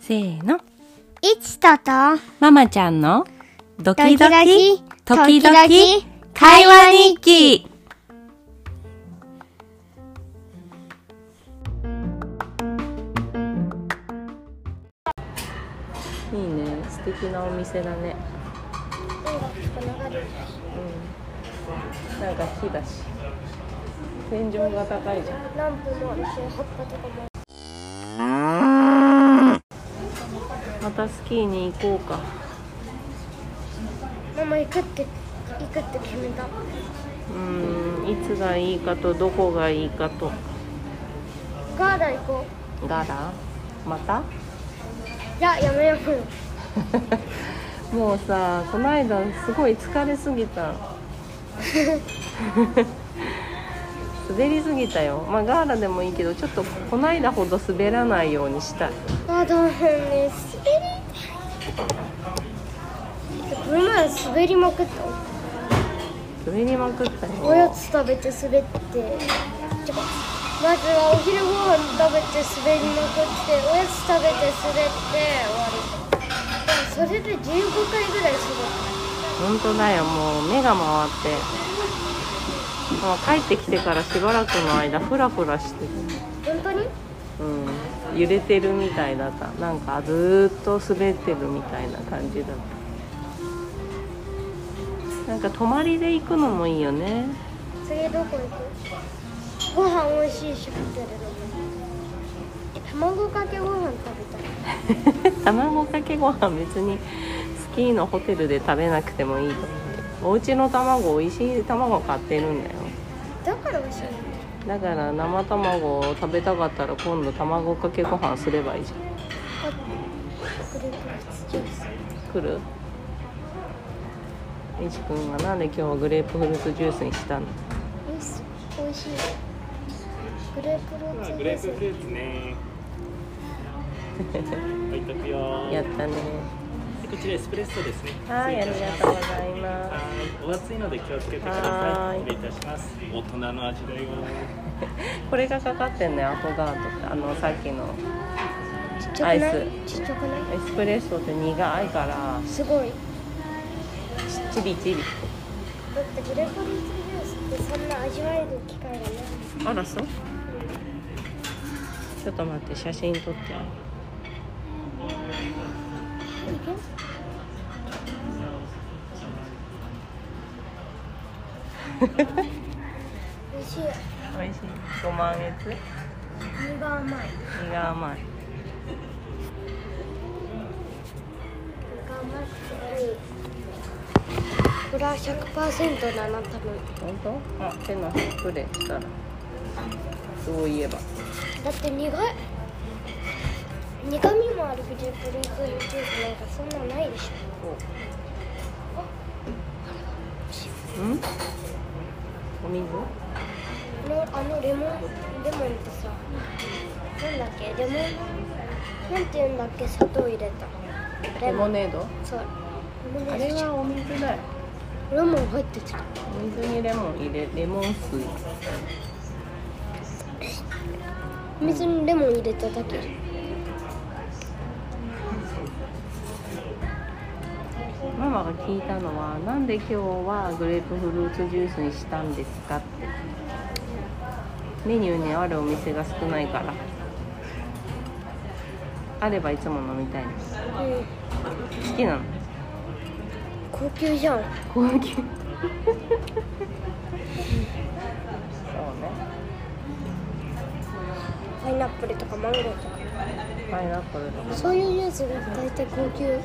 せーの。いちとと、ママちゃんのドキドドキ、時キドキ々、会話日記。いいね、素敵なお店だね。うん。なんか火だし。天井が高いじゃん。ランプも一緒に葉っぱとかも。またスキーに行こうか。ママ行くって、行くって決めた。うん、いつがいいかと、どこがいいかと。ガーラ行こガラまたう。じゃあやめようよ。もうさこの間すごい疲れすぎ た滑りすぎたよまあガーラでもいいけどちょっとこの間ほど滑らないようにしたいあ、ダメね。滑りたい。この前滑りまくった。滑りまくったよおやつ食べて滑ってちょまずはお昼ご飯食べて滑りまくっておやつ食べて滑って終わりそれで15回ぐらい滑っ本当だよもう目が回ってもう帰ってきてからしばらくの間フラフラしてた本当にる、うん、揺れてるみたいだったなんかずーっと滑ってるみたいな感じだったなんか泊まりで行くのもいいよね次どこ行くご飯美味しいしホテルで卵かけご飯食べたい 卵かけご飯別にスキーのホテルで食べなくてもいいと思うお家の卵美味しい卵買ってるんだよだから美味しいのだから生卵を食べたかったら今度卵かけご飯すればいいじあグレープフルーツジュースゃん来るいちくんがなんで今日はグレープフルーツジュースにしたの美味しい美味しいグレープフルーツグジレューースプフルーツね。置いとくよ。やったねこちらエスプレッソですね。はいありがとうございまはい。お熱いので気をつけてくだはさーい。い失礼いたします。大人の味だよ。すこれがかかってんねアフォガードってあのさっきのちっちゃくないちっちゃくないエスプレッソって苦いからすごいチリチリだってグレープフルーツジュースってそんな味わえる機会がないあらそうちょっと待って写真撮って 美美味しい味しいご満月身が甘い身が甘い身が甘くていいこれは100%だな多分本当あ手のスプレーしたらそういえばだって苦い苦味もあるグレープフルーツジュースなんかそんなのないでしょうんお水あのあのレモンレモンってさなんだっけレモンなんて言うんだっけ砂糖入れたレモネードそうレモあン入れれちゃうはお水だよレモン入ってたお水にレモン入れレモン水水にレモン入れただけママが聞いたのはなんで今日はグレープフルーツジュースにしたんですかってメニューにあるお店が少ないからあればいつも飲みたいですうん好きなの高級じゃん高級 そうねパイナップルとかマンゴーとかパイナップルとかそういうジュースが大体高級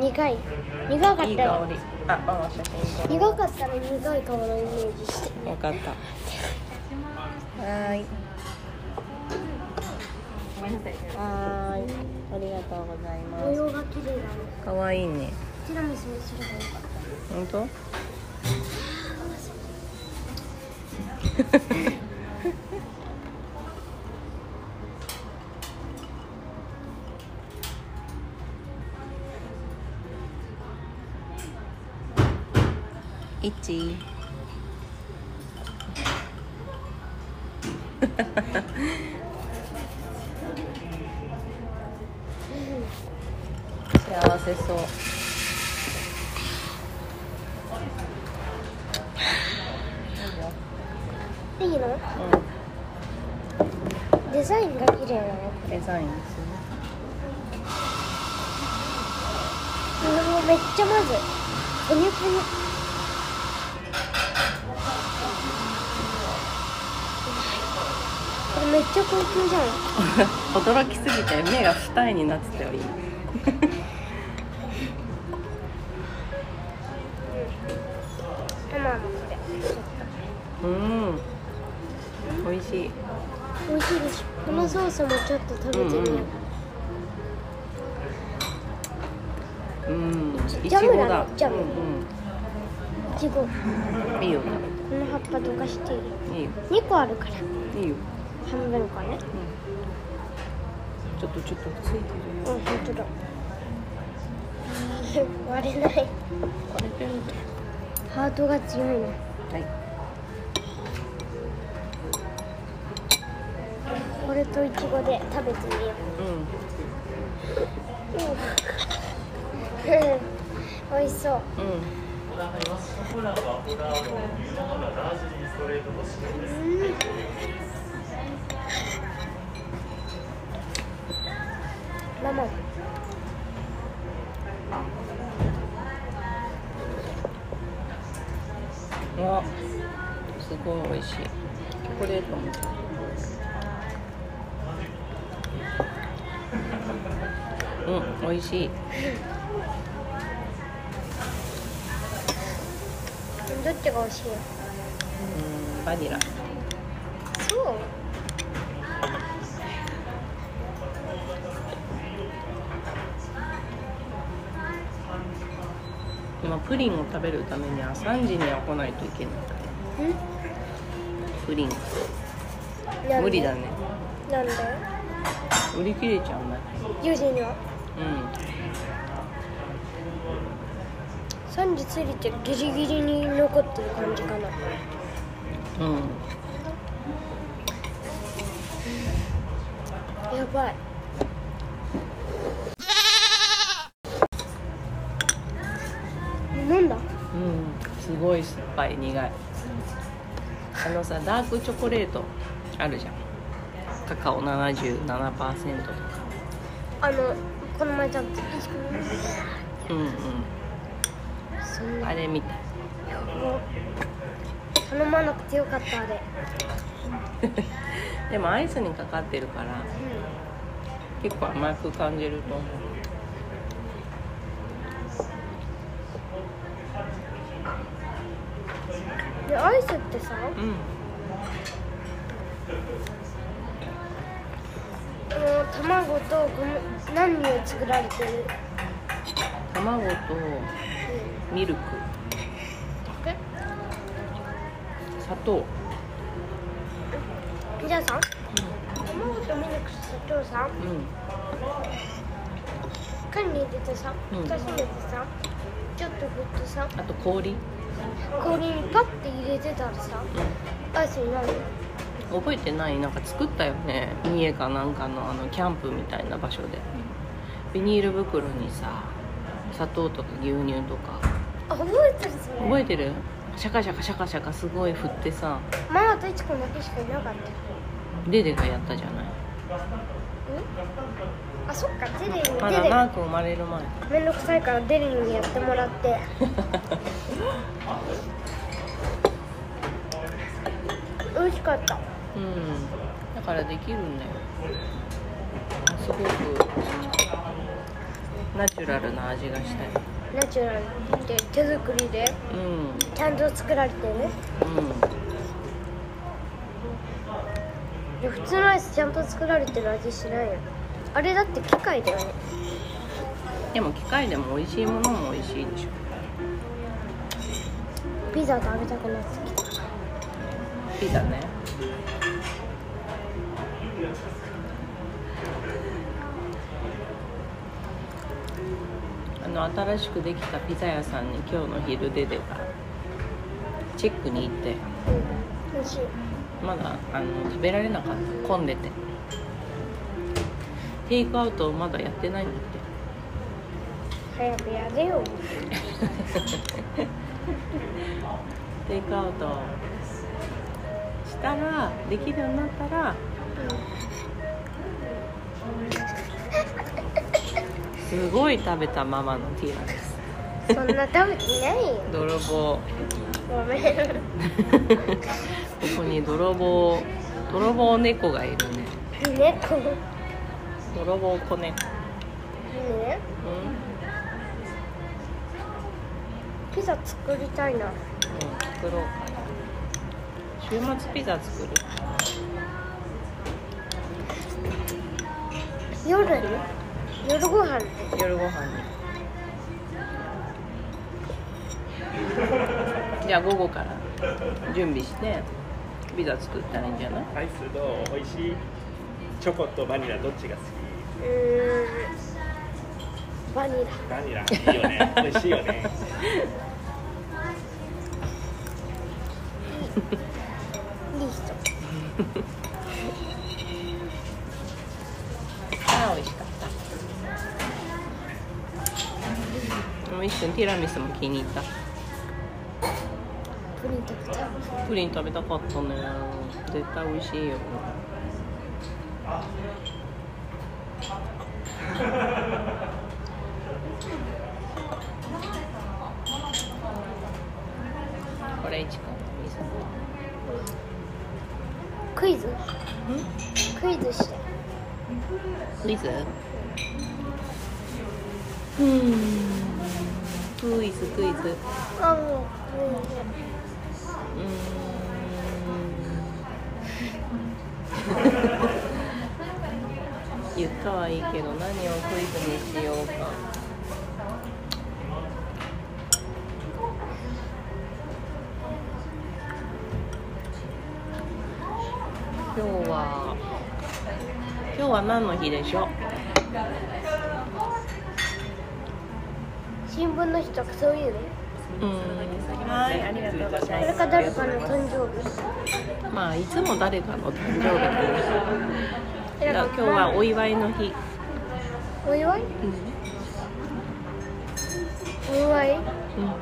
苦い苦かったいいら香りあ、あ写真撮苦かったら苦い顔のイメージしてるわかったはーいはーいありがとうござい模ます様が綺麗だねかわいいねティラミスにすればよかっ本当1 幸せそういいのうデザインが綺麗なのんデザインですうわめっちゃまずぷにゅぷにゅこれめっちゃ高級じゃよんね驚きすぎて目が二重になってたよりママもこれうん美味しい美味しいでしょこのソースもちょっと食べてみよう、うんうんうんいジャちムごなだのジャムうんいちごうこん、いいよの葉っぱどかしていいいいよ2個あるからいいよ、半分かねうん、ちょっとちょっとついてるうんよ本当だ 割れない割れてるハートが強いねはいこれといちごで食べてみよううん 美味しそううんうんママあすごい美味しいチョコレートもうん美味しいどっちが美味しいうんバニラそう今プリンを食べるためには3時には来ないといけないプリンなんで無理だねなんで売り切れちゃうね4時にはう3時過ぎてギリギリに残ってる感じかなうんうんやばいなんだうんすごい酸っぱい苦いあのさダークチョコレートあるじゃんカカオ77%とかあのこの前食べたうんうんそんなあれみたいもう頼まなくてよかったあれでもアイスにかかってるから結構甘く感じると思うでアイスってさうんあの卵と小麦何で作られてる、卵とミルク砂糖じゃあさ卵とミルクと砂糖さう缶に入れてさうん蓋閉めてさ、ちょっと振ってさんあと氷氷にパッて入れてたらさアイスになるの覚えてないなんか作ったよね三重かなんかのあのキャンプみたいな場所でビニール袋にさ砂糖とか牛乳とかあ覚えてるそれ覚えてるシャカシャカシャカシャカすごい振ってさママといちこだけしかいなかったデデがやったじゃないあそっかテレビま出だるマーク生まれる前めんどくさいからデリにやってもらって美味しかったうんだからできるんだよすごくナチュラルな味がしたいナチュラルで手作りでうんちゃんと作られてねうで普通のアイスちゃんと作られてる味しないよあれだって機械だよねんでも機械でも美味しいものも美味しいでしょピザ食べたくなってきたピザねあの新しくできたピザ屋さんに今日の昼出てたチェックに行ってうん美味しいまだあの食べられなかった混んでてテイクアウトまだやってないんだっ早くやれよけテイクアウトしたらできるようになったらすごい食べたママのティーラですそんな食べてないよ泥棒ごめんここに泥棒泥棒猫がいるね猫ね泥棒子猫うんピザ作りたいなうん作ろうかな週末ピザ作る夜に夜ご飯に夜ご飯にじゃあ午後から準備してピザ作ったらいいんじゃないアイスどう美味しいチョコとバニラどっちが好うきーんバニラバニラいいよね美味しいよねいい人ああ美味しかったミッションティラミスも気に入ったプリン食べたいプリン食べたかったね絶対美味しいよこれ一個いいぞクイズクイズしてクイズうんクイズクイズあもううーん言ったはいいけど何をクイズにしようか今日は今日は何の日でしょ新聞の日とかそういうねううんはいありがとうござこれか誰かの誕生日まあいつも誰かの誕生日ですだから今日はお祝いの日お祝いうんお祝い、ううんー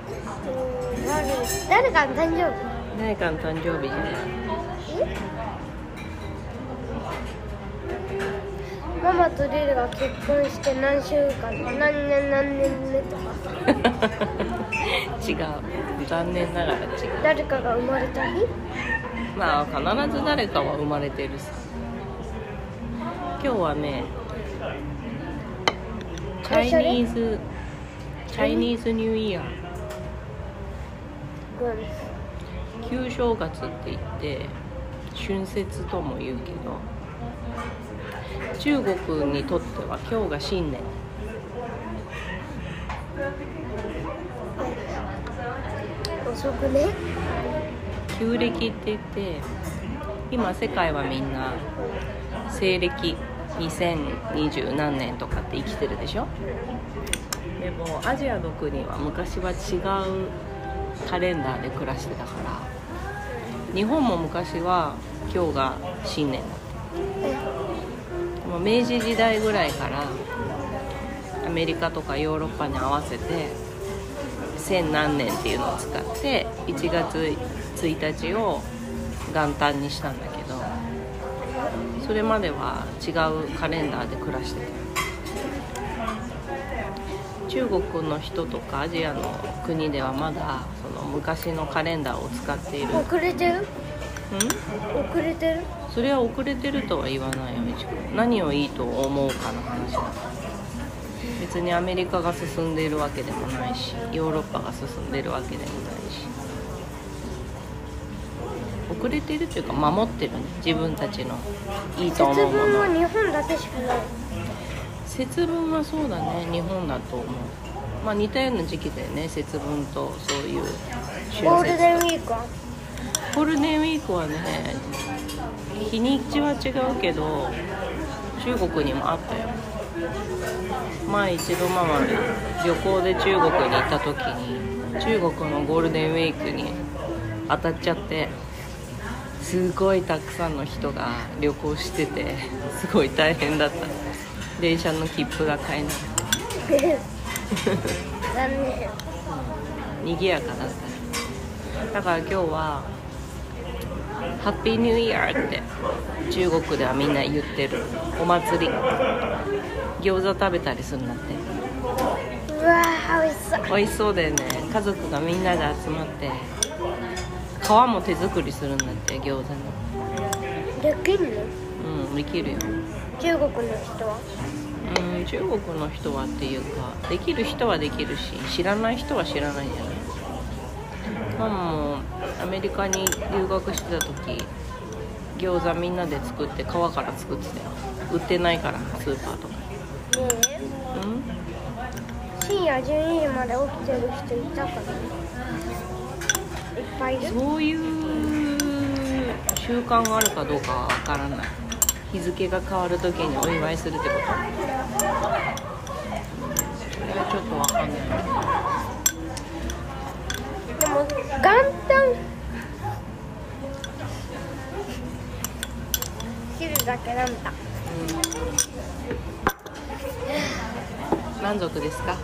ん誰誰かの誕生日誰かの誕生日じゃないえママとリルが結婚して何週間何年何年目とか違う残念ながら違う誰かが生まれた日まあ必ず誰かは生まれてるさ今日はねチャ会社でイニーズチャイニーズニューイヤーうん旧正月って言って春節とも言うけど中国にとっては今日が新年遅くね旧暦って言って今世界はみんな西暦2020何年とかって生きてるでしょでもアジアの国は昔は違うカレンダーで暮らしてたから日本も昔は今日が新年だったもう明治時代ぐらいからアメリカとかヨーロッパに合わせて千何年っていうのを使って1月1日を元旦にしたんだけどそれまでは違うカレンダーで暮らしてた中国の人とかアジアの国ではまだその昔のカレンダーを使っているん遅れてる遅れてるそれは遅れてるとは言わないよ一応何をいいと思うかの話だから別にアメリカが進んでいるわけでもないしヨーロッパが進んでいるわけでもないし遅れてるというか守ってるね自分たちのいい節と思うも分はの日本だけしかない節分はそうだね日本だと思うまあ似たような時期だよね節分とそういうゴー春ルデンウ節ィーク はゴールデンウィークはね日にちは違うけど中国にもあったよ前一度ママが旅行で中国に行った時に中国のゴールデンウィークに当たっちゃってすごいたくさんの人が旅行しててすごい大変だった電車の切符が買えない残念賑やかだっただから今日は「ハッピーニューイヤー」って中国ではみんな言ってるお祭り餃子食べたりするんだってうわー美味しそう美味しそうだよね家族がみんなで集まって皮も手作りするんだって餃子のできるうんできるよ中国の人はうん中国の人はっていうかできる人はできるし知らない人は知らないんじゃないママもアメリカに留学してた時餃子みんなで作って皮から作ってたよ売ってないからスーパーとかねえう深夜12時まで起きてる人いたかないっぱいいるんそういう習慣があるかどうかは分からない日付が変わる時にお祝いするってことうんそれはちょっと分かんないでも 元旦昼だけなんだ満足ですか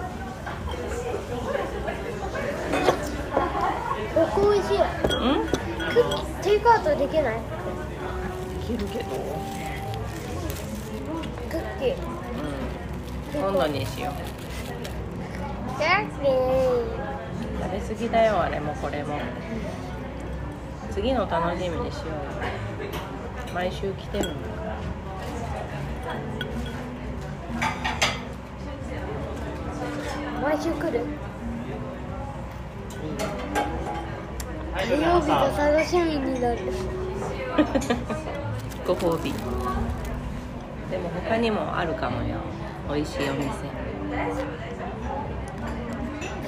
ここ美味しいうんクッキーテイクアウトできない切るけどクッキーうん、今度にしようクッキー食べ過ぎだよあれもこれも次の楽しみにしようよ毎週来てるんだから毎週来るはい火曜日が楽しみになるご褒美でも他にもあるかもよ美味しいお店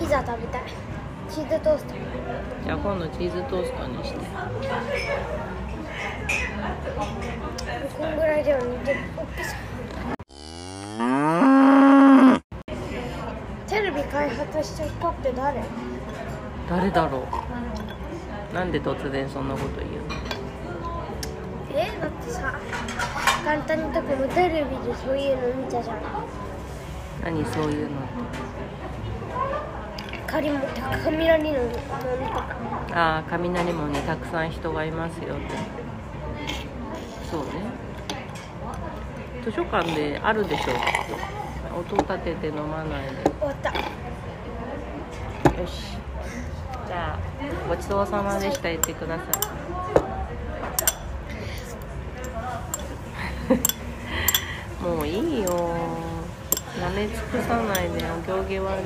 ピザ食べたいチーズトーストじゃあ今度チーズトーストにしてこんぐらいでは似てるおっぱさテレビ開発した人って誰誰だろうなんで突然そんなこと言うのえだってさ簡単にとこもテレビでそういうの見たじゃん何そういうのっ仮も雷のの見とかてああ雷門にたくさん人がいますよってそうね図書館であるでしょうきっと音立てて飲まないで終わったよしじゃあごちそうさまでした言ってください もういいよなめ尽くさないでお行儀悪い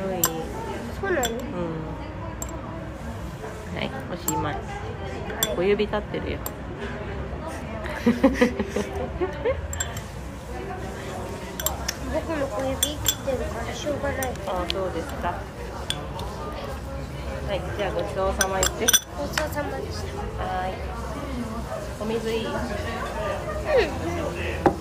そうなのはうんはいおしまいい小指立ってるよ僕の小指生きてるからしょうがないああそうですかはいじゃあごちそうさま言ってごちそうさまでしたはーいお水いいうん